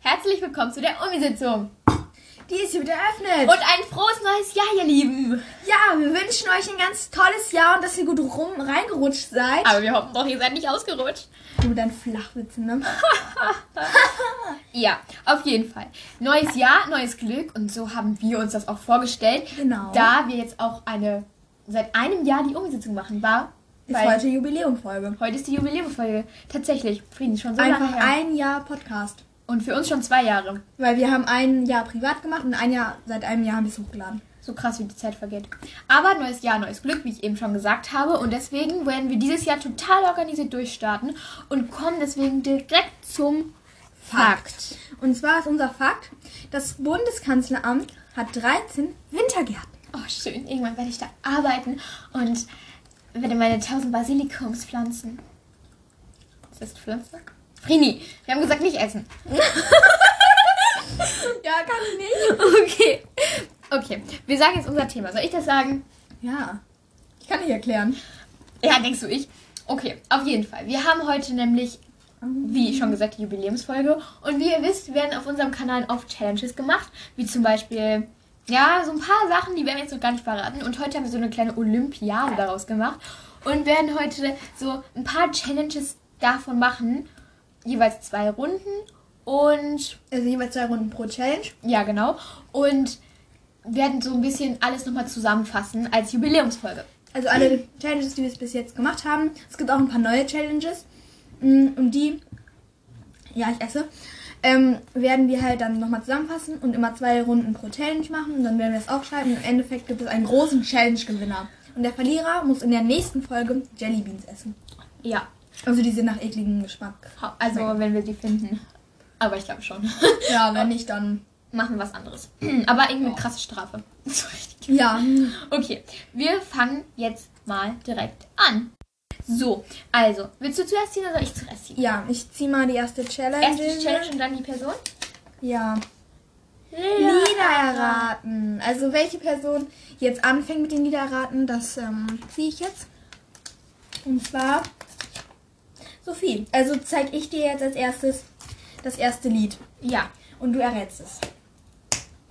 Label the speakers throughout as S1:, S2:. S1: herzlich willkommen zu der Uni-Sitzung.
S2: Die ist hier wieder eröffnet.
S1: Und ein frohes neues Jahr, ihr Lieben.
S2: ja, wir wünschen euch ein ganz tolles Jahr und dass ihr gut rum reingerutscht seid.
S1: Aber wir hoffen doch, ihr seid nicht ausgerutscht.
S2: du dann Flachwitze, ne?
S1: Ja, auf jeden Fall. Neues Jahr, neues Glück. Und so haben wir uns das auch vorgestellt.
S2: Genau.
S1: Da wir jetzt auch eine, seit einem Jahr die Uni-Sitzung machen, war.
S2: Ist
S1: weil
S2: heute Jubiläumfolge.
S1: heute ist die Jubiläumfolge. Tatsächlich, Frieden, schon so
S2: Einfach
S1: lange her.
S2: ein Jahr Podcast.
S1: Und für uns schon zwei Jahre.
S2: Weil wir haben ein Jahr privat gemacht und ein Jahr, seit einem Jahr haben wir es hochgeladen.
S1: So krass, wie die Zeit vergeht. Aber neues Jahr, neues Glück, wie ich eben schon gesagt habe. Und deswegen werden wir dieses Jahr total organisiert durchstarten und kommen deswegen direkt zum Fakt.
S2: Und zwar ist unser Fakt, das Bundeskanzleramt hat 13 Wintergärten.
S1: Oh, schön. Irgendwann werde ich da arbeiten und werde meine 1000 Basilikums pflanzen. Ist das Pflanze? Frini, wir haben gesagt, nicht essen.
S2: Ja, kann ich nicht.
S1: Okay. Okay, wir sagen jetzt unser Thema. Soll ich das sagen?
S2: Ja, ich kann nicht erklären.
S1: Ja, denkst du, ich? Okay, auf jeden Fall. Wir haben heute nämlich, wie schon gesagt, die Jubiläumsfolge. Und wie ihr wisst, werden auf unserem Kanal oft Challenges gemacht. Wie zum Beispiel, ja, so ein paar Sachen, die werden wir jetzt noch gar nicht verraten. Und heute haben wir so eine kleine Olympiade daraus gemacht. Und werden heute so ein paar Challenges davon machen. Jeweils zwei Runden. Und
S2: Also jeweils zwei Runden pro Challenge.
S1: ja, genau. Und werden so ein bisschen alles nochmal zusammenfassen als Jubiläumsfolge.
S2: Also alle Challenges, die wir bis jetzt gemacht haben. Es gibt auch ein paar neue Challenges. Mm, Und die, ja, ich esse, ähm, werden wir halt dann nochmal zusammenfassen und immer zwei Runden pro Challenge machen. Und dann werden wir es aufschreiben. Und im Endeffekt gibt es einen großen Challenge-Gewinner. Und der Verlierer muss in der nächsten Folge Jellybeans essen.
S1: Ja,
S2: Also die sind nach ekligem Geschmack.
S1: Also, wenn wir sie finden. Aber ich glaube schon.
S2: Ja, wenn nicht, dann...
S1: Machen wir was anderes. Aber irgendwie eine krasse Strafe. So richtig.
S2: Ja,
S1: Okay, wir fangen jetzt mal direkt an. So, also, willst du zuerst ziehen oder soll ich zuerst ziehen?
S2: ja ich zieh mal die erste Challenge.
S1: Erste Challenge und dann die Person?
S2: Ja. Lieder erraten. Also welche Person jetzt anfängt mit den Lieder erraten, das ähm, ziehe ich jetzt. Und zwar Sophie. Also zeige ich dir jetzt als erstes das erste Lied
S1: Ja.
S2: und du errätst es.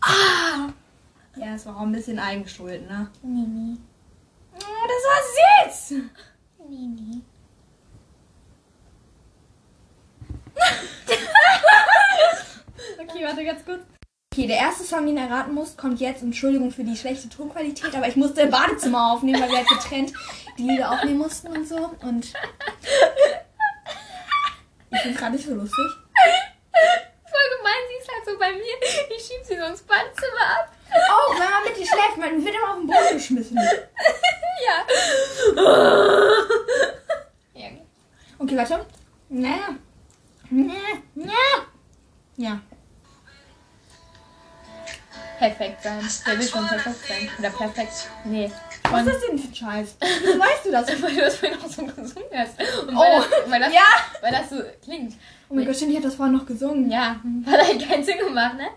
S2: Ah! Ja, das war auch ein bisschen eigenschuld, ne?
S1: Nee, nee.
S2: Oh, das war süß!
S1: Nee, nee.
S2: Okay, warte ganz kurz. Okay, der erste Song, den er raten muss, kommt jetzt. Entschuldigung für die schlechte Tonqualität, aber ich musste im Badezimmer aufnehmen, weil wir halt getrennt die Lieder aufnehmen mussten und so. Und ich bin gerade nicht so lustig.
S1: Voll gemein, sie ist halt so bei mir. Ich schieb sie so ins Badezimmer ab.
S2: Oh, wenn man mit dir schläft, man wird immer auf den Boden geschmissen.
S1: Ja. ja.
S2: Okay, warte. Ja. Ja. Ja.
S1: Perfekt sein. Der will schon perfekt sein. Oder perfekt. Nee.
S2: Was
S1: Von-
S2: ist das denn für ein Scheiß? Wieso weißt du das?
S1: Weil du das vorhin auch so gesungen hast. Und
S2: Oh,
S1: weil das, weil das,
S2: ja.
S1: weil das so klingt.
S2: Oh mein Gott, stimmt, ich habe das vorhin noch gesungen.
S1: Ja, hat halt keinen Sinn gemacht, ne?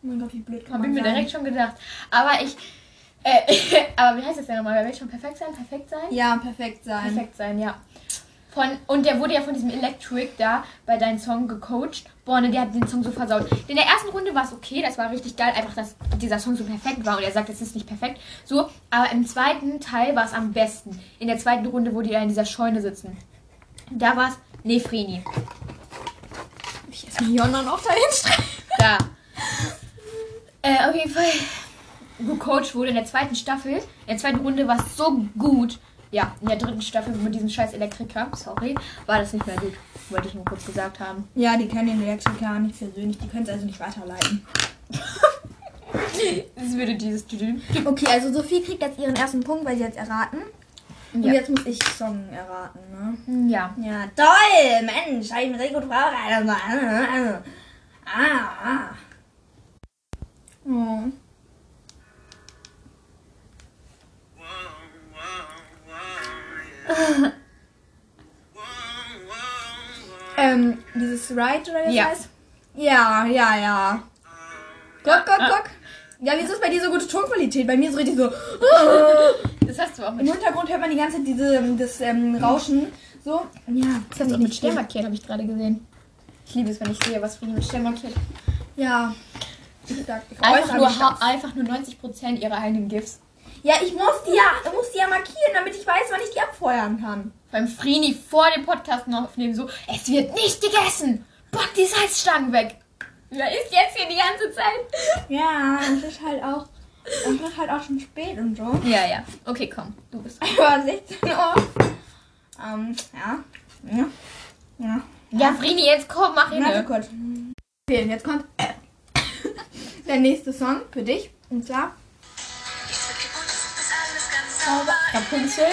S2: Oh mein Gott, wie blöd kann
S1: Hab ich
S2: man
S1: mir
S2: sein.
S1: direkt schon gedacht. Aber ich. Äh, aber wie heißt das denn nochmal? Wer will schon perfekt sein? Perfekt sein?
S2: Ja, perfekt sein.
S1: Perfekt sein, ja. Von, und der wurde ja von diesem Electric da bei deinem Song gecoacht. Boah, ne, der hat den Song so versaut. In der ersten Runde war es okay, das war richtig geil, einfach, dass dieser Song so perfekt war und er sagt, es ist nicht perfekt. So, aber im zweiten Teil war es am besten. In der zweiten Runde, wo die da in dieser Scheune sitzen. Da war es Nefrini.
S2: Ich esse mir Jon dann auch dahin streifen.
S1: Da. Äh, auf jeden Fall gecoacht wurde in der zweiten Staffel. In der zweiten Runde war es so gut. Ja, in der dritten Staffel mit diesem scheiß Elektriker, sorry, war das nicht mehr gut. Wollte ich nur kurz gesagt haben.
S2: Ja, die kennen den Elektriker nicht persönlich, die können es also nicht weiterleiten.
S1: Es würde dieses Tüdüm.
S2: Okay, also Sophie kriegt jetzt ihren ersten Punkt, weil sie jetzt erraten. Und
S1: Ja.
S2: jetzt muss ich Song erraten, ne?
S1: Hm, Ja.
S2: Ja, toll! Mensch, habe ich mir sehr gut vorbereitet. Ah, ah. Oh. Ähm, dieses Ride oder wie das
S1: Ja.
S2: heißt? Ja, ja, ja. Guck, guck,
S1: Ah.
S2: guck. Ja, wieso ist bei dir so gute Tonqualität? Bei mir ist richtig so.
S1: Das hast du auch mit,
S2: Im Hintergrund hört man die ganze Zeit diese, das ähm, Rauschen. So. Ja,
S1: das hast du auch mit Stern markiert, habe ich gerade gesehen. Ich liebe es, wenn ich sehe, was Frieden mit Stern markiert.
S2: Ja. Ich sag, ich
S1: Einfach
S2: äußere
S1: nur,
S2: mich
S1: ha-
S2: dazu.
S1: einfach nur 90% ihrer eigenen GIFs.
S2: Ja, ich muss die ja, muss die ja markieren, damit ich weiß, wann ich die abfeuern kann.
S1: Beim Frini vor dem Podcast noch aufnehmen so, es wird nicht gegessen. Pack die Salzstangen weg. Da ist jetzt hier die ganze Zeit.
S2: Ja, es ist halt auch, es ist halt auch schon spät und so.
S1: Ja, ja. Okay, komm. Du bist.
S2: Aber 16 Uhr. Ähm, ja. Ja. Ja.
S1: Ja, Frini, jetzt komm, mach
S2: Warte
S1: hin.
S2: kurz. Okay, und jetzt kommt der nächste Song für dich. Und zwar.
S1: Rapunzel.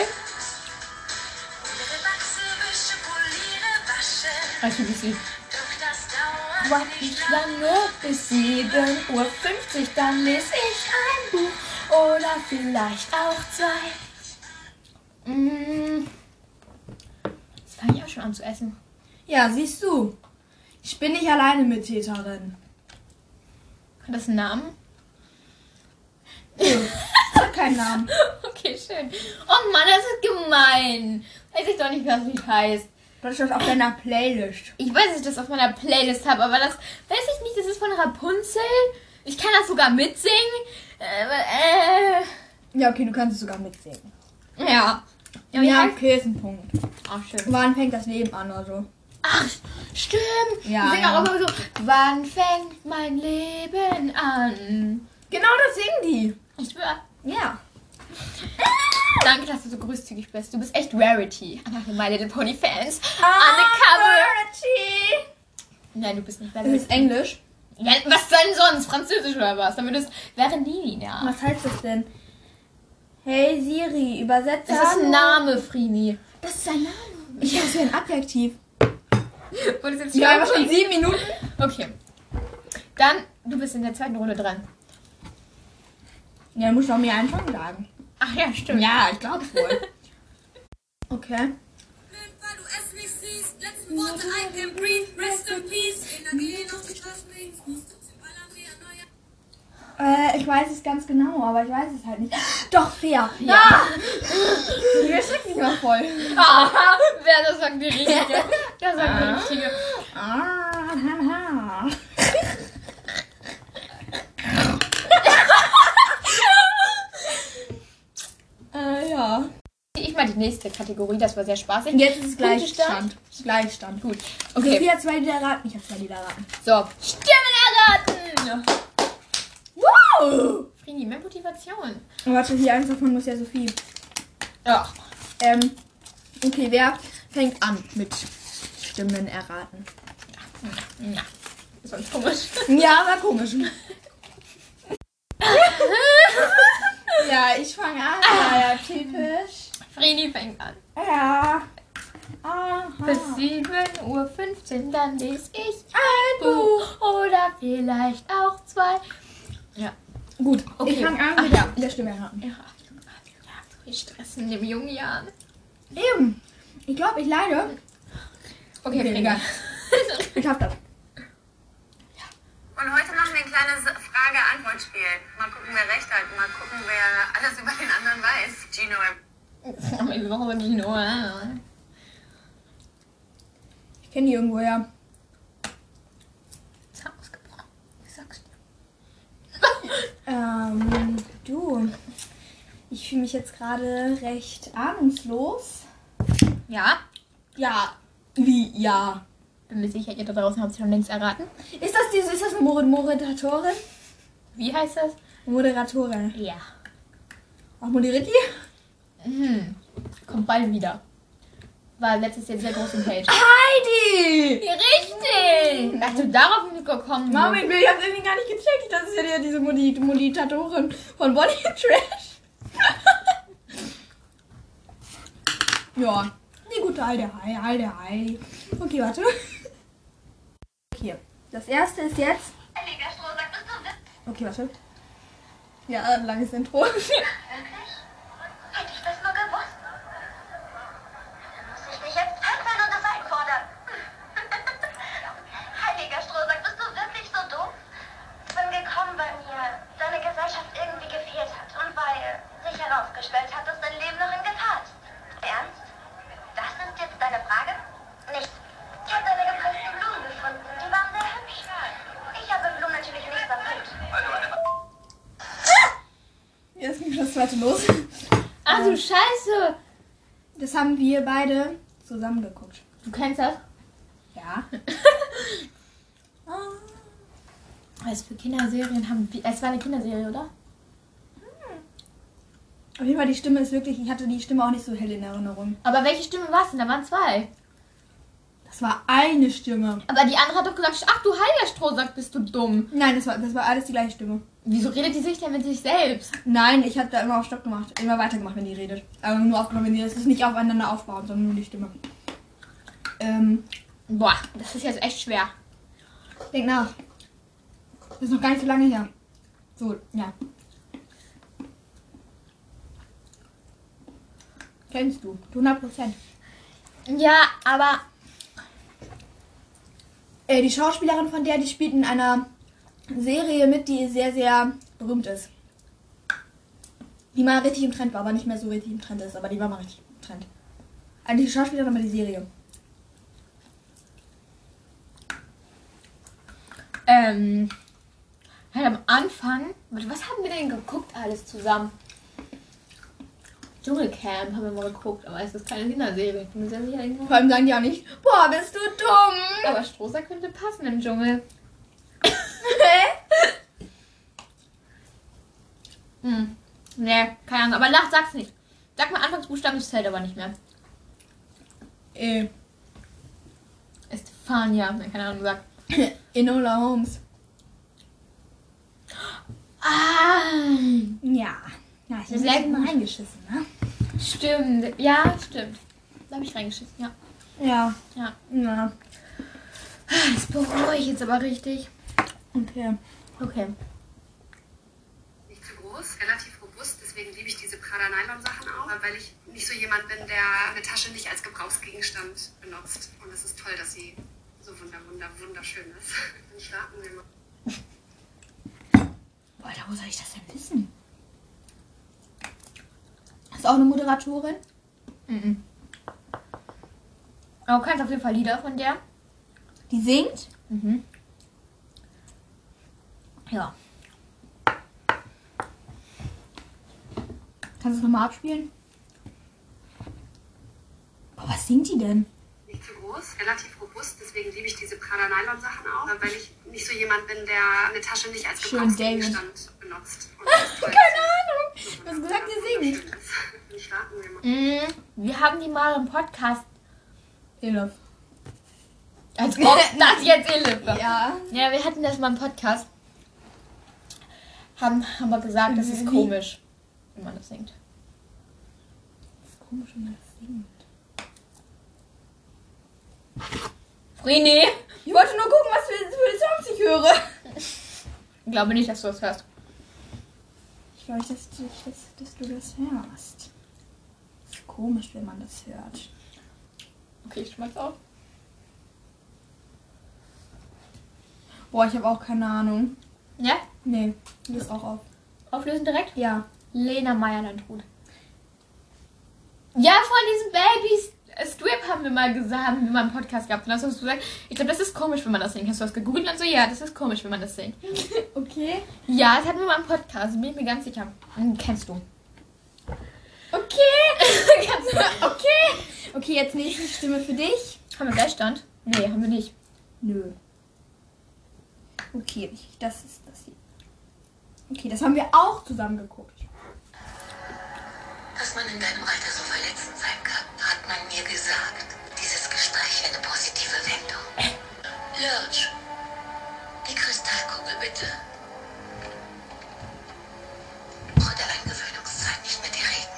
S1: Also, wie sie Warte ich lange bis 7.50 Uhr, dann lese ich ein Buch oder vielleicht auch zwei. Mm. Jetzt fange ich auch schon an zu essen.
S2: Ja, siehst du. Ich bin nicht alleine mit Täterin.
S1: Hat das einen Namen?
S2: Hat Oh, keinen Namen.
S1: Okay, schön. Oh Mann, das ist gemein. Weiß ich doch nicht, was ich heißt.
S2: Das steht auf deiner Playlist.
S1: Ich weiß, dass ich das auf meiner Playlist habe, aber das weiß ich nicht. Das ist von Rapunzel. Ich kann das sogar mitsingen. Äh,
S2: Ja, okay, du kannst es sogar mitsingen.
S1: äh, ja.
S2: Ja,
S1: Ja, ja.
S2: okay, ist ein Punkt.
S1: Ach, schön.
S2: Wann fängt das Leben an oder so?
S1: Ach, stimmt.
S2: Ja,
S1: Die singen
S2: ja.
S1: auch immer so, wann fängt mein Leben an?
S2: Genau das singen
S1: Ich schwör.
S2: die. Ja.
S1: Danke, dass du so großzügig bist. Du bist echt Rarity. Einfach für My Little Pony Fans.
S2: Ah.
S1: Undercover.
S2: Undercover.
S1: Nein, du bist nicht
S2: Das
S1: Rarity.
S2: ist Englisch.
S1: Ja, was denn sonst? Französisch oder was? Damit ist Verendini, ja.
S2: Was heißt das denn? Hey Siri, übersetze.
S1: Das ist ein
S2: Hallo.
S1: Name, Frini.
S2: Das ist ein Name. Ich dachte, es wäre ein Adjektiv.
S1: Wurde es jetzt
S2: Ja, aber
S1: schon
S2: schon sieben Minuten.
S1: Okay. Dann, du bist in der zweiten Runde dran.
S2: Ja, muss doch mir einen Song sagen.
S1: Ach ja, stimmt.
S2: Ja, ich glaube wohl. okay.
S3: Weil du es nicht siehst, letzten Worte, I can breathe, rest in peace. Kinder gehen auf die Straßen links, muss trotzdem ballern wie ein neuer.
S2: Äh, ich weiß es ganz genau, aber ich weiß es halt nicht. Doch, fair. Ja. Ich erschrecke mich mal voll.
S1: Ah, wer das sagt die richtige? Das sagt die richtige.
S2: Ah, haha. äh, ja.
S1: Ich mal die nächste Kategorie, das war sehr spaßig.
S2: Jetzt ist es
S1: Punktestand.
S2: Gleichstand. Gleichstand. Gut. Okay.
S1: Okay,
S2: Sophie hat zwei Lieder erraten. Ich habe zwei Lieder erraten.
S1: so. Stimmen erraten!
S2: Wow!
S1: Frini, mehr Motivation.
S2: Warte, hier eins davon muss ja Sophie.
S1: Ja.
S2: Ähm, okay, wer fängt an mit Stimmen erraten?
S1: ja. Ist sonst komisch.
S2: Ja, war komisch. ja, ich fange an. Ja, ja, typisch.
S1: Frini fängt an.
S2: Ja. Aha.
S1: Bis 7.15 Uhr, dann lese ich ein Buch oder vielleicht auch zwei.
S2: Gut,
S1: Okay.
S2: ich fange an mit der, mit der Stimme erraten.
S1: Ja, ja so viel Stress in den jungen Jahren.
S2: Eben. Ich glaube, ich leide.
S1: Okay,
S2: Okay,
S1: Frini.
S2: egal. Ich hab das.
S4: Und heute machen wir ein kleines Frage-Antwort-Spiel. Mal gucken, wer recht hat. Mal gucken, wer alles über den anderen weiß. Gino,
S1: Am Ende noch so Gino. ah.
S2: Ich kenne die irgendwoher.
S1: Ist ausgebrochen. Ich sag's dir.
S2: Ähm, du. Ich fühle mich jetzt gerade recht ahnungslos.
S1: Ja,
S2: Ja. Wie ja?
S1: bin mir sicher, ihr da draußen habt es schon längst erraten.
S2: Ist das diese, ist das eine Moder- Moderatorin?
S1: Wie heißt das?
S2: Moderatorin.
S1: Ja.
S2: Auch moderiert die?
S1: Mhm. Kommt bald wieder. War letztes Jahr sehr groß im Feld.
S2: Heidi!
S1: Richtig! Dass du darauf nicht gekommen bist.
S2: Moment, ich hab's irgendwie gar nicht gecheckt. Das ist ja die- diese Modi- Moderatorin von Bonnie and Trash. ja, die gute alte Heidi, alte Heidi. Okay, warte. Okay, das erste ist jetzt... Okay, warte. Ja, ein langes Intro.
S5: Hätte ich das nur gewusst. Dann muss ich dich jetzt fesseln und es einfordern. Heiliger Strohsack, bist du wirklich so doof? Ich bin gekommen, weil mir deine Gesellschaft irgendwie gefehlt hat und weil sich herausgestellt hat, dass dein Leben noch in Gefahr ist. Ernst? Das ist jetzt deine Frage? Nicht. Ich habe deine gepressten Blumen gefunden. Die waren sehr hübsch. Ich habe Blumen
S2: Leute los.
S1: Ach Ah, du Scheiße!
S2: Das haben wir beide zusammen geguckt.
S1: Du kennst das?
S2: Ja. Ah.
S1: Was für Kinderserien haben wir. Es war eine Kinderserie, oder?
S2: Auf jeden Fall, die Stimme ist wirklich, ich hatte die Stimme auch nicht so hell in Erinnerung.
S1: Aber welche Stimme war es denn? Da waren zwei.
S2: Das war eine Stimme.
S1: Aber die andere hat doch gesagt: Ach du heiliger Strohsack, bist du dumm.
S2: Nein, das war, das war alles die gleiche Stimme.
S1: Wieso redet die sich denn mit sich selbst?
S2: Nein, ich habe da immer auf Stopp gemacht. Immer weitergemacht, wenn die redet. Aber nur aufgenommen, wenn die das ist nicht aufeinander aufbauen, sondern nur die Stimme. Ähm,
S1: Boah, das ist jetzt echt schwer.
S2: denk nach. Das ist noch gar nicht so lange her. So, ja. Kennst du? zu 100 Prozent.
S1: Ja, aber.
S2: Äh, die Schauspielerin von der, die spielt in einer Serie mit, die sehr, sehr berühmt ist. Die mal richtig im Trend war, aber nicht mehr so richtig im Trend ist, aber die war mal richtig im Trend. Also die Schauspielerin, aber die Serie.
S1: Ähm. Halt am Anfang. Warte, Was haben wir denn geguckt alles zusammen? Dschungelcamp haben wir mal geguckt, aber es ist keine Kinderserie. Ich bin mir sehr sicher, irgendwo.
S2: Vor allem sagen die auch nicht, boah, bist du dumm.
S1: Aber Strohsack könnte passen im Dschungel. Hm. Nee, keine Ahnung. Aber lach, sag's nicht. Sag mal Anfangsbuchstaben, das zählt aber nicht mehr.
S2: äh,
S1: Estefania, ne, keine Ahnung, sag.
S2: Enola Holmes.
S1: Ah,
S2: Ja. Ja, ich
S1: Das
S2: bin
S1: ist
S2: mal reingeschissen, ne?
S1: stimmt. Ja, stimmt. Da hab ich reingeschissen, ja.
S2: Ja.
S1: Ja.
S2: Ja.
S1: Das bereue ich jetzt aber richtig.
S2: Okay.
S1: Okay.
S4: nicht zu groß, relativ robust. Deswegen liebe ich diese Prada-Nylon-Sachen auch, weil ich nicht so jemand bin, der eine Tasche nicht als Gebrauchsgegenstand benutzt. Und es ist toll, dass sie so wunder, wunder, wunderschön ist. Dann starten wir mal.
S2: Alter, wo soll ich das denn wissen? Ist auch eine Moderatorin?
S1: Mhm. Aber du kannst auf jeden Fall Lieder von der.
S2: Die singt?
S1: Mhm. Ja.
S2: Kannst du es nochmal abspielen? Boah, was singt die denn?
S4: Nicht zu groß, relativ robust. Deswegen liebe ich diese Prada-Nylon-Sachen auch, weil ich nicht so jemand bin, der eine Tasche nicht als
S2: Schön, David. Ah,
S4: Gebrauchsgegenstand benutzt. Und es ist toll,
S2: Ahnung. Du hast gesagt,
S4: dass
S2: die
S4: sie
S2: singt.
S4: wunderschön ist. Dann starten wir mal.
S1: Mhm. Wir haben die mal im Podcast.
S2: Elif.
S1: Als ob das jetzt Elif war.
S2: Ja.
S1: Ja, wir hatten das mal im Podcast. Haben, haben wir gesagt, das ist
S2: Wie?
S1: komisch, wenn man das singt.
S2: Das ist komisch, wenn man das singt.
S1: René,
S2: Ich wollte nur gucken, was für, für Songs ich höre.
S1: ich glaube nicht, dass du das hörst.
S2: Ich glaube, dass, du- dass, dass du das hörst. Das ist komisch, wenn man das hört.
S1: Okay, ich schmeiß auf.
S2: Boah, ich habe auch keine Ahnung.
S1: Ja?
S2: Nee, du ist auch auf.
S1: Auflösen direkt?
S2: Ja.
S1: Lena Meyer-Landrut. Ja, von diesen Babys. äh, Strip haben wir mal gesagt, haben wir mal einen Podcast gehabt. Und das hast du gesagt, ich glaube, das ist komisch, wenn man das singt. Hast du das gegoogelt? Und dann so, ja, das ist komisch, wenn man das singt.
S2: Okay.
S1: Ja, das hatten wir mal im Podcast, bin ich mir ganz sicher. Hm, Kennst du.
S2: Okay.
S1: Kennst du.
S2: Okay. Okay, jetzt nächste Stimme für dich.
S1: Haben wir Gleichstand? Nee, haben wir nicht.
S2: Nö. Okay, ich, das ist das hier. Okay, das haben wir auch zusammen geguckt.
S6: Dass man in deinem Alter so verletzend sein kann, hat man mir gesagt. Dieses Gespräch eine positive Wendung. Lurch, die Kristallkugel bitte. Vor der Eingewöhnungszeit nicht mit dir reden.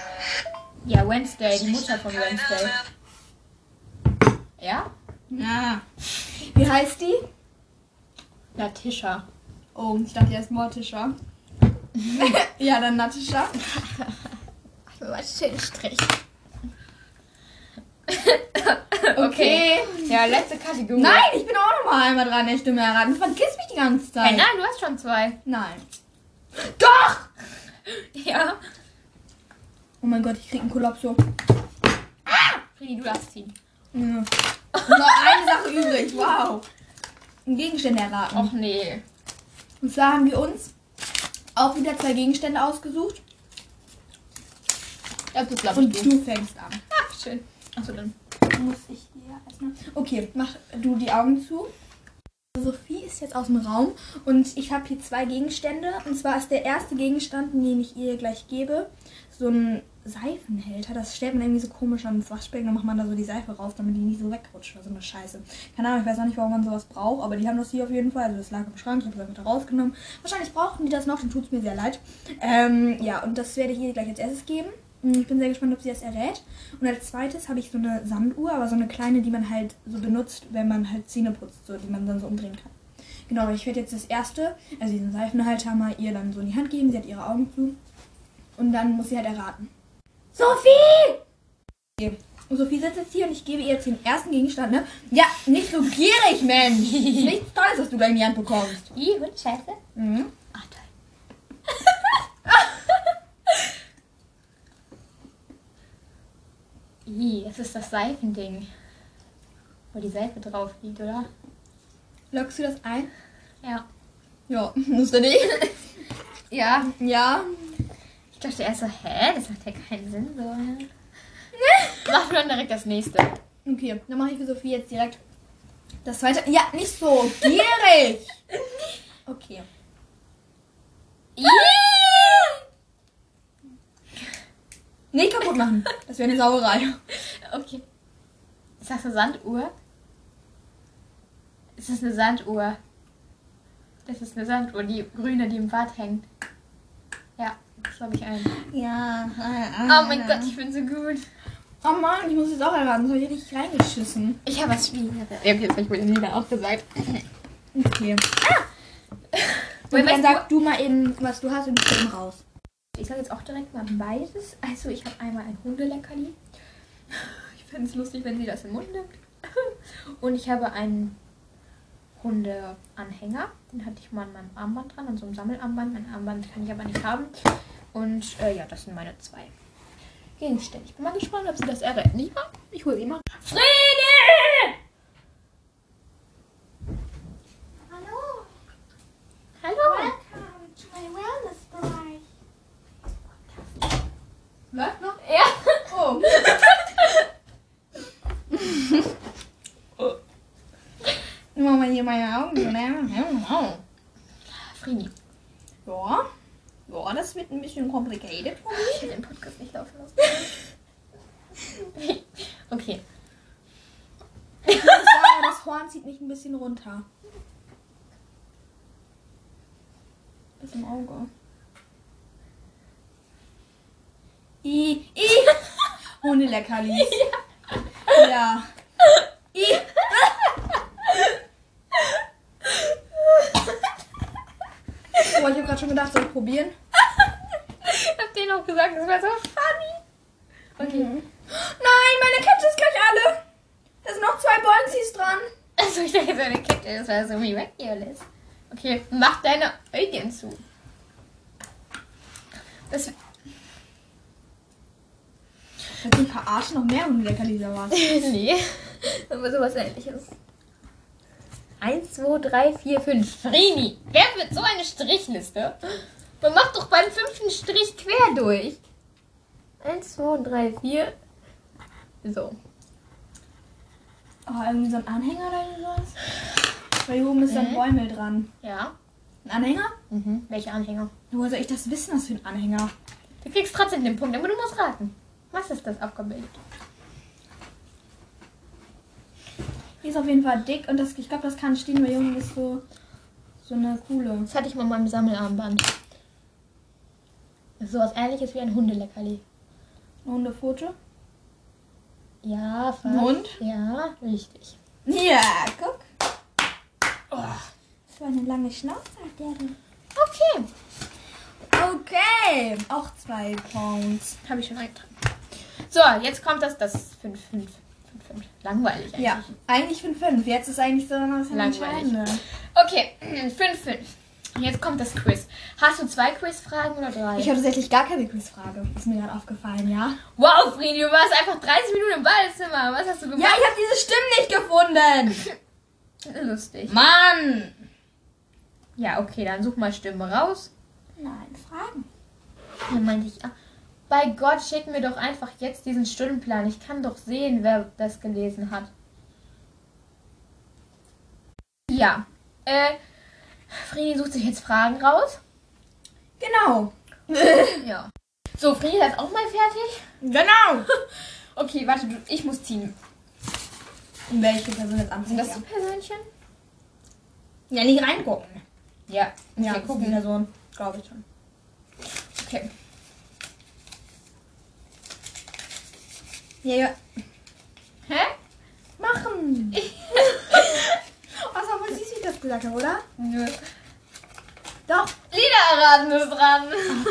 S1: Ja, Wednesday, die Mutter von
S6: Keiner
S1: Wednesday.
S6: mehr.
S1: Ja?
S2: Na. Wie heißt die?
S1: Natisha.
S2: Oh, ich dachte erst Morticia. ja, dann Natisha.
S1: Was schön Strich.
S2: Okay.
S1: Ja, letzte Kategorie.
S2: Nein, ich bin auch noch mal einmal dran, der Stimme erraten. Du vergisst mich die ganze
S1: Hey,
S2: Zeit.
S1: nein, du hast schon zwei.
S2: Nein. Doch!
S1: Ja.
S2: Oh mein Gott, ich krieg einen Kollaps so.
S1: Frini, du darfst ziehen.
S2: Ja. Noch eine Sache übrig. Wow. Ein Gegenstände erraten.
S1: Och nee.
S2: Und zwar haben wir uns auch wieder zwei Gegenstände ausgesucht.
S1: Das ist, glaube ich,
S2: Und
S1: die.
S2: du fängst an.
S1: Ah, schön. Achso, dann.
S2: Muss ich dir erstmal. Okay, mach du die Augen zu. Also Sophie ist jetzt aus dem Raum und ich habe hier zwei Gegenstände. Und zwar ist der erste Gegenstand, den ich ihr gleich gebe, so ein Seifenhälter. Das stellt man irgendwie so komisch ans Waschbecken, dann macht man da so die Seife rauf, damit die nicht so wegrutscht oder so eine Scheiße. Keine Ahnung, ich weiß auch nicht, warum man sowas braucht, aber die haben das hier auf jeden Fall. Also das lag im Schrank, ich habe das einfach da rausgenommen. Wahrscheinlich brauchten die das noch, dann tut es mir sehr leid. Ähm, ja, und das werde ich ihr gleich als erstes geben. Ich bin sehr gespannt, ob sie das errät. Und als zweites habe ich so eine Sanduhr, aber so eine kleine, die man halt so benutzt, wenn man halt Zähne putzt, so, die man dann so umdrehen kann. Genau, aber ich werde jetzt das erste, also diesen Seifenhalter mal ihr dann so in die Hand geben. Sie hat ihre Augen zu. Und dann muss sie halt erraten. Sophie! Okay. Und Sophie sitzt jetzt hier und ich gebe ihr jetzt den ersten Gegenstand, ne? Ja, nicht so gierig, Mensch! Nichts Tolles, was du gleich in die Hand bekommst.
S1: Ih, und Scheiße.
S2: Mhm.
S1: Ah, toll. Ih, das ist das Seifending. Wo die Seife drauf liegt, oder?
S2: Lockst du das ein?
S1: Ja.
S2: Ja, musst du nicht.
S1: Ja,
S2: ja.
S1: Ich dachte erst so, hä, das macht ja keinen Sinn. So. hä? Machen wir dann direkt das nächste.
S2: Okay, dann mache ich für Sophie jetzt direkt das zweite. Ja, nicht so gierig. Okay. Nicht kaputt machen. Das wäre eine Sauerei.
S1: Okay. Ist das eine Sanduhr? Ist das eine Sanduhr? Das ist eine Sanduhr, die grüne, die im Bad hängt. Ja, das glaube ich ein.
S2: Ja. ah,
S1: Oh mein Gott, ich bin so gut.
S2: Oh Mann, ich muss jetzt auch erraten. Das habe ich richtig reingeschissen.
S1: Ich habe was Schwierigeres. Ja, okay, das habe ich mir Nina auch gesagt.
S2: Okay.
S1: Woher
S2: Und dann
S1: weißt
S2: sag du mal eben, was du hast und ich eben raus.
S1: Ich sage jetzt auch direkt mal beides. Also ich habe einmal ein Hundeleckerli. Ich fände es lustig, wenn sie das im Mund nimmt. Und ich habe einen Hundeanhänger. Den hatte ich mal an meinem Armband dran und so einem Sammelarmband. Mein Armband kann ich aber nicht haben. Und äh, ja, das sind meine zwei Gegenstände. Ich bin mal gespannt, ob sie das errät. Nicht wahr? Ich hole sie mal. Frede!
S5: Hallo,
S1: Hallo!
S5: welcome to my wellness bereich.
S2: Läuft noch?
S1: Ja.
S2: Oh. Mach mal hier meine Augen so, ne?
S1: Frini.
S2: Ja. Ja, das wird ein bisschen complicated.
S1: Ich hätte den Podcast nicht laufen lassen. Okay.
S2: Ich sage, das Horn zieht mich ein bisschen runter. Bis im Auge. I, i. Hundeleckerlis. Ja. ja. I. Boah, ich habe gerade schon gedacht, soll ich probieren?
S1: Ich hab denen auch gesagt, das war so funny. Okay.
S2: Nein, meine Kette ist gleich alle. Da sind noch zwei Bonzies dran.
S1: Also ich dachte, seine Kette, das war so miraculous. Okay, mach deine Augen zu. Das,
S2: Jetzt sind verarscht noch mehr Hundeleckerlis erwartet.
S1: nee, aber sowas ähnliches. Eins, zwei, drei, vier, fünf. Frini, wer wird so eine Strichliste? Man macht doch beim fünften Strich quer durch. Eins, zwei, drei, vier. So.
S2: Oh, irgendwie so ein Anhänger oder sowas? Weil hier oben ist so ein
S1: Mhm.
S2: Bäumel dran.
S1: Ja.
S2: Ein Anhänger?
S1: Mhm. Welche Anhänger?
S2: Woher soll ich das wissen, was für ein Anhänger?
S1: Du kriegst trotzdem den Punkt, aber du musst raten. Was ist das abgebildet?
S2: Die ist auf jeden Fall dick und das, ich glaube, das kann stehen, weil hier unten ist so, so eine Kuhle.
S1: Das hatte ich mal in meinem Sammelarmband. Das ist sowas ähnliches wie ein Hundeleckerli.
S2: Eine Hundepfote.
S1: Ja, fast.
S2: Ein Hund?
S1: Ja, richtig.
S2: Ja, guck. So eine lange Schnauze hat der denn.
S1: Okay.
S2: Okay, auch zwei Pounds.
S1: Habe ich schon eingetragen. So, jetzt kommt das, das 5, 5, 5, 5. Langweilig eigentlich.
S2: Ja, eigentlich 5, 5. Jetzt ist eigentlich so das
S1: Langweilig.
S2: Entscheidende.
S1: Okay, 5, 5. Jetzt kommt das Quiz. Hast du zwei Quizfragen oder drei?
S2: Ich habe tatsächlich gar keine Quizfrage. Ist mir gerade aufgefallen, ja?
S1: wow, Frini, du warst einfach 30 Minuten im Badezimmer. Was hast du
S2: Ja,
S1: gemacht?
S2: ich habe diese Stimmen nicht gefunden.
S1: Lustig.
S2: Mann!
S1: Ja, okay, dann such mal Stimmen raus.
S2: Nein, Fragen.
S1: Dann meinte ich, ah, Bei Gott, schick mir doch einfach jetzt diesen Stundenplan. Ich kann doch sehen, wer das gelesen hat. Ja. Äh, Freni sucht sich jetzt Fragen raus.
S2: Genau.
S1: Ja. So, Freni ist auch mal fertig.
S2: Genau.
S1: Okay, warte, du, ich muss ziehen.
S2: Um Welche Person jetzt am
S1: Sind das die Persönchen?
S2: Ja, nicht reingucken.
S1: Ja.
S2: Ja,
S1: Okay,
S2: gucken
S1: gucken.
S2: Person. Glaube ich schon.
S1: Okay.
S2: Ja, ja.
S1: Hä?
S2: Machen. Was haben wir sie wie das gesagt, hat, oder?
S1: Nö.
S2: Doch.
S1: Lieder erraten ist dran.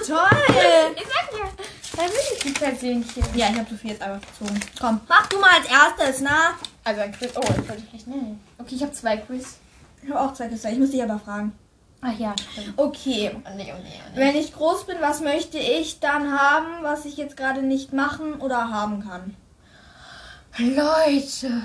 S2: Toll.
S1: Ich sag ja, da sind nicht die Persönchen.
S2: Ja, ich habe zu viel jetzt einfach gezogen. Komm, mach du mal als erstes, na?
S1: Also ein Quiz. Oh, jetzt wollte ich recht nennen. Okay, ich habe zwei Quiz.
S2: Ich habe auch zwei Küster. Ich muss dich aber fragen.
S1: Ach ja, stimmt.
S2: Okay.
S1: Oh nee, oh nee, oh nee.
S2: Wenn ich groß bin, was möchte ich dann haben, was ich jetzt gerade nicht machen oder haben kann?
S1: Leute.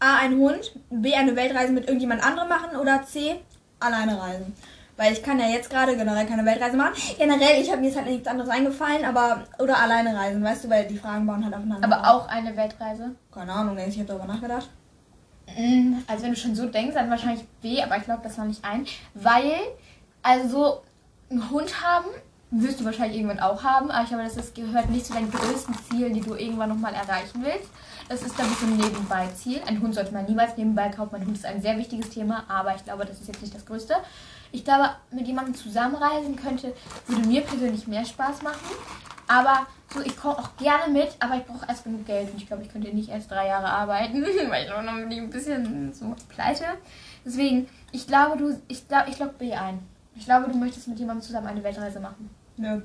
S2: A. Ein Hund. B. Eine Weltreise mit irgendjemand anderem machen. Oder C. Alleine reisen. Weil ich kann ja jetzt gerade generell keine Weltreise machen. Generell, ich habe mir jetzt halt nichts anderes eingefallen, aber. Oder alleine reisen, weißt du, weil die Fragen bauen halt aufeinander.
S1: Aber
S2: auf.
S1: auch eine Weltreise.
S2: Keine Ahnung, ich habe darüber nachgedacht.
S1: Mm, Also wenn du schon so denkst, dann wahrscheinlich B, aber ich glaube, das war nicht ein. Weil, also so einen Hund haben, wirst du wahrscheinlich irgendwann auch haben, aber ich glaube, das ist, gehört nicht zu deinen größten Zielen, die du irgendwann nochmal erreichen willst. Das ist, glaube ich, so ein Nebenbei-Ziel. Ein Hund sollte man niemals nebenbei kaufen. Ein Hund ist ein sehr wichtiges Thema, aber ich glaube, das ist jetzt nicht das Größte. Ich glaube, mit jemandem zusammenreisen könnte, würde mir persönlich mehr Spaß machen. Aber so, ich komme auch gerne mit, aber ich brauche erst genug Geld. Und ich glaube, ich könnte nicht erst drei Jahre arbeiten, weil ich auch noch ein bisschen so pleite. Deswegen, ich glaube, du, ich glaube, ich log B ein. Ich glaube, du möchtest mit jemandem zusammen eine Weltreise machen.
S2: Nö.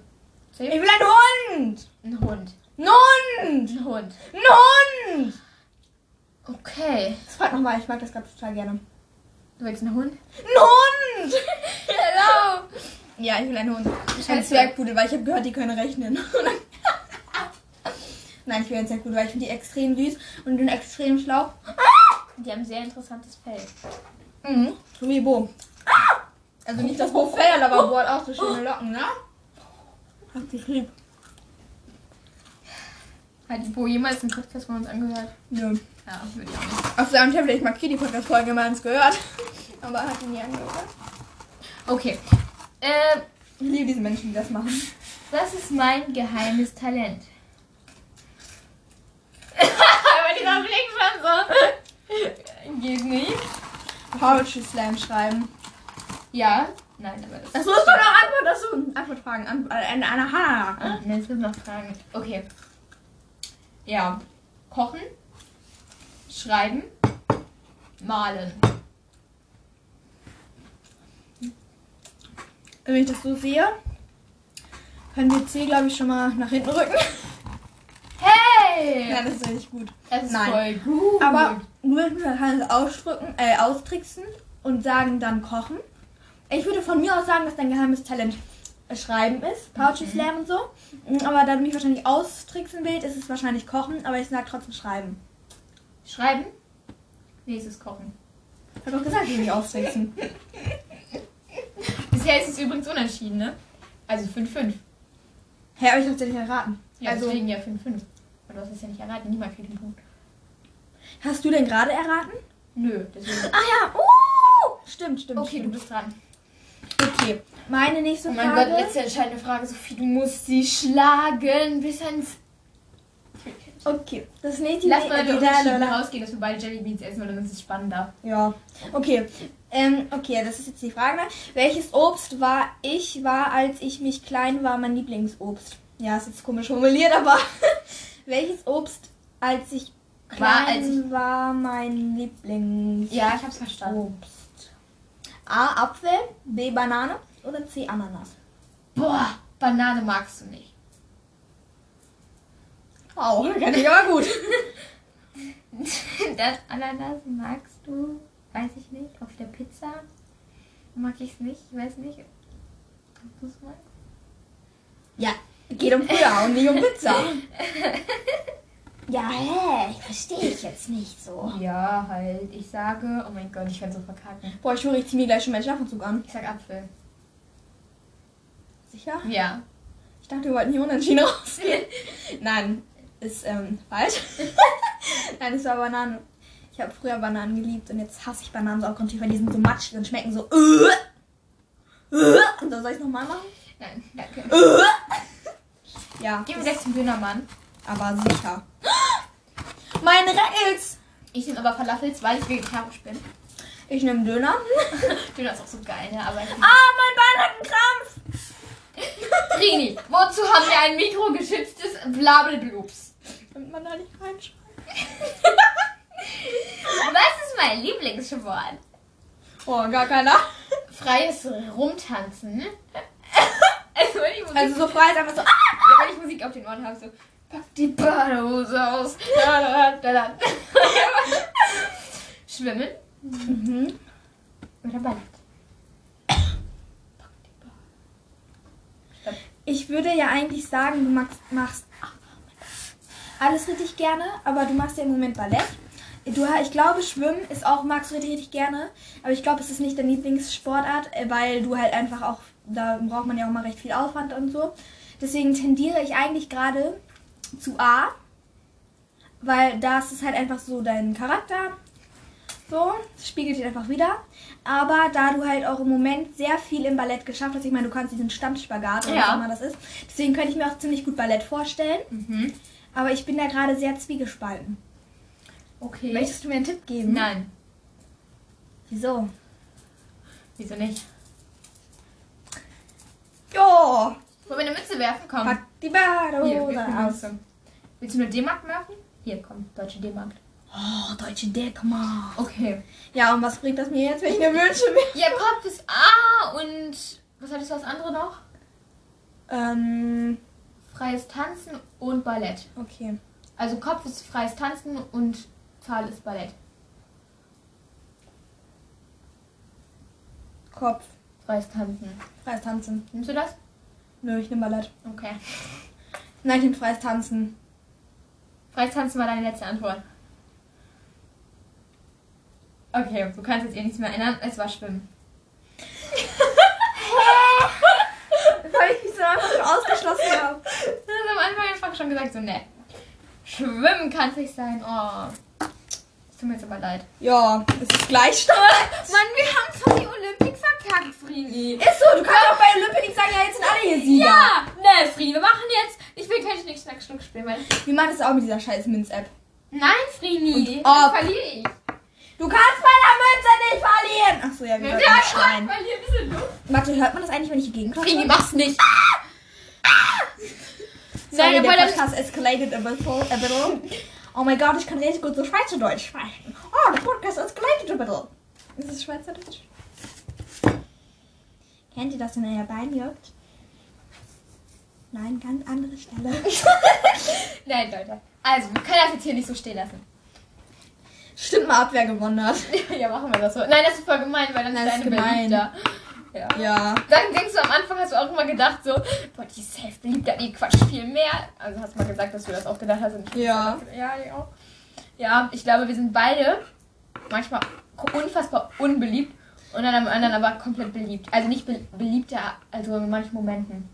S2: Ich
S1: C?
S2: will einen Hund!
S1: Ein Hund.
S2: Ein Hund!
S1: Ein Hund.
S2: Ein Hund!
S1: Okay.
S2: Das fragt nochmal, ich mag das gerade total gerne.
S1: Du willst einen Hund?
S2: Ein Hund!
S1: Hello!
S2: Ja, ich will einen Hund. Ein
S1: Scheiße.
S2: Zwergpudel, weil ich habe gehört, die können rechnen. Nein, ich will einen Zwergpudel, weil ich finde die extrem süß und den extrem schlau.
S1: Die haben ein sehr interessantes Fell.
S2: Mhm. So wie Bo. Also nicht das Bo-Fell, aber Bo hat auch so schöne Locken, ne? Hab dich lieb.
S1: Hat die Bo jemals einen Podcast von uns angehört?
S2: Nö.
S1: Ja, würde ich auch nicht.
S2: Auf seinem Tablet, ich markiere die Podcast-Folge mal ins gehört. Aber hat ihn nie angehört.
S1: Okay. Ähm,
S2: Ich liebe diese Menschen, die das machen.
S1: das ist mein geheimes Talent. Aber dieser Blick schon so. Geht nicht.
S2: Poetry Slam schreiben.
S1: Ja. Nein, aber das.
S2: Das musst du doch antworten, das ist so Antwort fragen. Antwort, äh, eine, eine Hanna.
S1: Ne, jetzt müssen wir noch fragen. Okay. Ja. Kochen. Schreiben. Malen.
S2: Wenn ich das so sehe, können wir C, glaube ich, schon mal nach hinten rücken.
S1: Hey!
S2: Nein, das ist nicht gut.
S1: das ist
S2: Nein.
S1: voll gut.
S2: Aber nur wenn wir halt alles ausdrücken, äh, austricksen und sagen dann kochen. Ich würde von mir aus sagen, dass dein geheimes Talent Schreiben ist, Pouchy
S1: Mhm.
S2: Slam und so. Aber da du mich wahrscheinlich austricksen willst, ist es wahrscheinlich Kochen, aber ich sage trotzdem Schreiben.
S1: Schreiben. Nächstes Kochen.
S2: Ich habe doch gesagt, ich will mich austricksen.
S1: Bisher ist es übrigens unentschieden, ne? Also 5-5.
S2: Hä, aber ich hab's dir nicht erraten.
S1: Ja,
S2: also,
S1: deswegen ja 5-5. Aber du hast es ja nicht erraten. Niemand kriegt einen Punkt.
S2: hast du denn gerade erraten?
S1: Nö, deswegen.
S2: Ach ja, uh! Stimmt, stimmt.
S1: Okay, du
S2: stimmt.
S1: bist dran.
S2: okay. Meine nächste
S1: Oh
S2: Frage.
S1: mein Gott, letzte entscheidende Frage, Sophie. Du musst sie schlagen bis ans
S2: Okay, das eh nächste
S1: Lass
S2: Nee,
S1: mal
S2: nee,
S1: die
S2: da, da,
S1: Schienen
S2: da.
S1: rausgehen, dass wir beide Jellybeans essen, weil dann ist es spannender.
S2: Ja, okay. Ähm, okay, das ist jetzt die Frage. ne? Welches Obst war ich, war, als ich mich klein war, mein Lieblingsobst? Ja, ist jetzt komisch formuliert, aber welches Obst, als ich klein
S1: War,
S2: war,
S1: als ich-
S2: mein Lieblingsobst?
S1: Ja, ich hab's verstanden.
S2: A. Apfel, B. Banane oder C. Ananas?
S1: Boah, Banane magst du nicht.
S2: Wow, kann ich aber gut.
S1: das Ananas magst du, weiß ich nicht, auf der Pizza. Mag ich's nicht, ich weiß nicht. ob du's magst.
S2: Ja, geht um Pudding und nicht um Pizza. ja, hä, verstehe ich jetzt nicht so.
S1: Ja, halt. Ich sage, oh mein Gott, ich werde so verkacken.
S2: Boah, ich schwöre, ich ziehe mir gleich schon meinen Schlafanzug an.
S1: Ich sag Apfel.
S2: Sicher?
S1: Ja.
S2: Ich Ich dachte, wir wollten hier unentschieden rausspielen. Nein, ist ähm, falsch. Nein, es war Banane. Ich habe früher Bananen geliebt und jetzt hasse ich Bananen so abgrundtief, weil die sind so matschig und schmecken so. äh, Und dann soll ich nochmal machen? Äh.
S1: Nein, danke.
S2: Ja,
S1: Gib mir gleich zum Dönermann.
S2: aber sicher. Meine Reckels!
S1: Ich nehme aber Falafels, weil ich vegetarisch bin.
S2: Ich nehme Döner.
S1: Döner ist auch so geil, ne? Aber ich
S2: Ah, mein Bein hat einen Krampf!
S1: Trini, wozu haben wir ein mikrogeschütztes Blabelblubs?
S2: Damit man da nicht reinschreibt.
S1: Was ist mein Lieblingswort?
S2: Oh, gar keiner.
S1: Freies Rumtanzen. Also wenn ich Musik,
S2: Also so frei ist einfach so.
S1: ja, wenn ich Musik auf den Ohren habe, so pack die Badehose aus. Da, da, da, da. Schwimmen
S2: Mhm.
S1: oder Ballett?
S2: Ich würde ja eigentlich sagen, du magst, machst alles richtig gerne, aber du machst ja im Moment Ballett. Du, ich glaube, Schwimmen ist auch, magst du richtig, richtig gerne, aber ich glaube, es ist nicht deine Lieblingssportart, äh, weil du halt einfach auch, da braucht man ja auch mal recht viel Aufwand und so. Deswegen tendiere ich eigentlich gerade zu A, weil das ist halt einfach so dein Charakter. So, das spiegelt ihn einfach wieder. Aber da du halt auch im Moment sehr viel im Ballett geschafft hast, ich meine, du kannst diesen Stammspagat oder was
S1: Ja.
S2: auch immer das ist, deswegen könnte ich mir auch ziemlich gut Ballett vorstellen. Aber ich bin da gerade sehr zwiegespalten.
S1: Okay.
S2: Möchtest du mir einen Tipp geben?
S1: Nein.
S2: Wieso?
S1: Wieso nicht?
S2: Jo!
S1: Wollen wir eine Mütze werfen? Komm.
S2: Pack die
S1: Hier, wir
S2: Badehose
S1: finden uns
S2: aus.
S1: so. Willst du eine D-Mark werfen? Hier, komm, deutsche D-Mark.
S2: Oh, deutsche Deck, mal.
S1: Okay.
S2: Ja, und was bringt das mir jetzt, wenn ich eine Wünsche will?
S1: Ja, Kopf ist A und was hattest du das andere noch?
S2: Ähm,
S1: Freies Tanzen und Ballett.
S2: okay.
S1: Also Kopf ist freies Tanzen und Zahl ist Ballett.
S2: Kopf.
S1: Freies Tanzen.
S2: Freies Tanzen.
S1: Nimmst du das?
S2: Nö, ich nehme Ballett.
S1: Okay.
S2: Nein, ich nehme freies Tanzen.
S1: Freies Tanzen war deine letzte Antwort. Okay, du kannst jetzt eh nichts mehr ändern. Es war Schwimmen.
S2: Weil ich mich so einfach schon ausgeschlossen habe.
S1: Du hast am Anfang einfach schon gesagt, so, ne. Schwimmen kann es nicht sein. Oh. Es tut mir jetzt aber leid.
S2: Ja, es ist Gleichstand.
S1: Mann, wir haben doch die Olympik verkackt, Frini.
S2: Ist so, du kannst auch bei Olympia nicht sagen, ja, jetzt sind alle hier Sieger.
S1: Ja, ne, Frini, wir machen jetzt. Ich will kein Schnick, Schnack, Schnuck spielen, weil
S2: Wie macht es auch mit dieser scheiß Minz-App?
S1: Nein, Frini.
S2: Und
S1: dann
S2: ob.
S1: verliere ich.
S2: Du kannst bei der Münze nicht verlieren! Achso, ja, wir
S1: Ja,
S2: sollten nicht
S1: Schwein.
S2: schreien.
S1: Verliere ein bisschen Luft.
S2: Warte, hört man das eigentlich, wenn ich hier gegenklatsche?
S1: Frini, mach's nicht.
S2: Ah! Sorry,
S1: Nein,
S2: der
S1: aber das-
S2: Podcast escalated a little, a little. Oh mein Gott, ich kann richtig gut so Schweizerdeutsch sprechen. Oh, der Podcast escalated a little. Ist es Schweizerdeutsch? Kennt ihr das, wenn euer Bein juckt? Nein, ganz andere Stelle.
S1: Nein, Leute. Also, wir können das jetzt hier nicht so stehen lassen.
S2: Stimmt mal ab, wer gewonnen hat.
S1: ja, machen wir das so. Nein, das ist voll gemein, weil dann
S2: Nein,
S1: ist
S2: das
S1: deine
S2: ist gemein.
S1: gemein. da. Ja.
S2: Ja.
S1: Dann denkst du am Anfang, hast du auch immer gedacht, so, boah, die ist safe beliebter, die quatscht viel mehr. Also hast du mal gesagt, dass du das auch gedacht hast. Und ich
S2: Ja.
S1: Ja, ich auch. Ja, ich glaube, wir sind beide manchmal unfassbar unbeliebt und dann am anderen aber komplett beliebt. Also nicht be beliebter, also in manchen Momenten.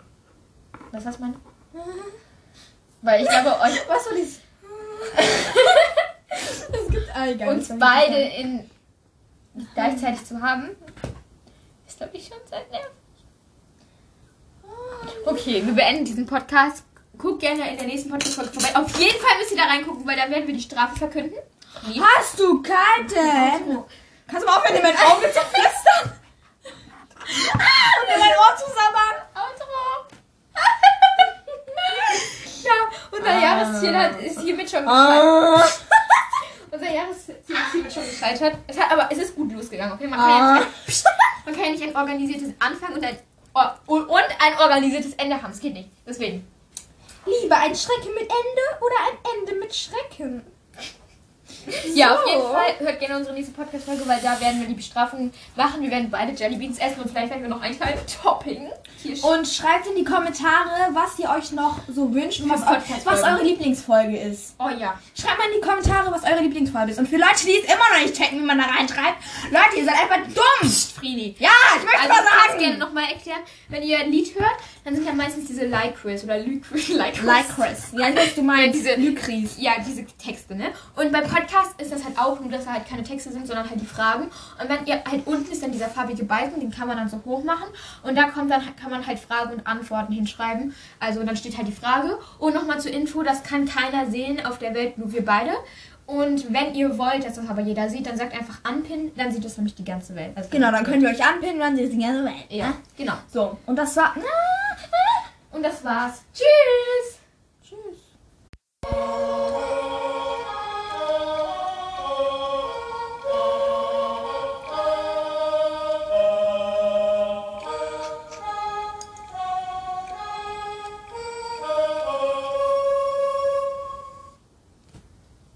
S1: Was hast du meine? Weil ich glaube, euch
S2: Was soll ich? es gibt Allgang.
S1: uns beide in gleichzeitig zu haben, ist glaube ich schon sehr nervig. Okay, wir beenden diesen Podcast. Guckt gerne in der nächsten Podcast-Folge vorbei. Auf jeden Fall müsst ihr da reingucken, weil dann werden wir die Strafe verkünden.
S2: Hast du kalte Hände? Kannst du mal aufhören, dir mein Auge zu flüstern? Und mir mein Ohr zu sabbern?
S1: Outro! ja, unser Jahresziel hat, ist hiermit schon gescheitert.
S2: Ah.
S1: Unser Jahresziel ist hiermit schon gescheitert. Es hat, aber es ist gut losgegangen, okay? Man kann
S2: Ah.
S1: ja jetzt Man kann ja nicht ein organisiertes Anfang und ein, Or- und ein organisiertes Ende haben. Es geht nicht. Deswegen.
S2: Lieber ein Schrecken mit Ende oder ein Ende mit Schrecken?
S1: Ja, auf
S2: So.
S1: jeden Fall hört gerne unsere nächste Podcast-Folge, weil da werden wir die Bestrafung machen. Wir werden beide Jellybeans essen und vielleicht werden wir noch ein kleines Topping. Hier und
S2: Und schreibt in die Kommentare, was ihr euch noch so wünscht und was, eu
S1: Podcast-Folgen.
S2: was eure Lieblingsfolge ist.
S1: oh ja.
S2: Schreibt mal in die Kommentare, was eure Lieblingsfolge ist. Und für Leute, die es immer noch nicht checken, wie man da reinschreibt, Leute, ihr seid einfach dumm.
S1: Frini.
S2: Ja, ich möchte
S1: Also,
S2: mal
S1: ich kann es
S2: sagen.
S1: gerne nochmal erklären. Wenn ihr ein Lied hört, dann sind ja meistens diese Lycris oder Lycris. Lycris.
S2: Lycris. Ja, ich weiß, was du meinst.
S1: diese-
S2: Lycris.
S1: Ja, diese Texte, ne? Und beim Podcast ist das halt auch nur, dass da halt keine Texte sind, sondern halt die Fragen. Und wenn ihr halt unten ist dann dieser farbige Balken, den kann man dann so hoch machen. Und da kommt dann, kann man halt Fragen und Antworten hinschreiben. Also dann steht halt die Frage. Und nochmal zur Info, das kann keiner sehen auf der Welt, nur wir beide. Und wenn ihr wollt, dass das aber jeder sieht, dann sagt einfach anpinnen, dann sieht das nämlich die ganze Welt. Also
S2: Genau, dann könnt ihr euch anpinnen, dann seht ihr die ganze Welt.
S1: Ja,
S2: ne?
S1: genau.
S2: So, und das war.
S1: Und das war's. Tschüss!
S2: Tschüss.
S1: Tschüss.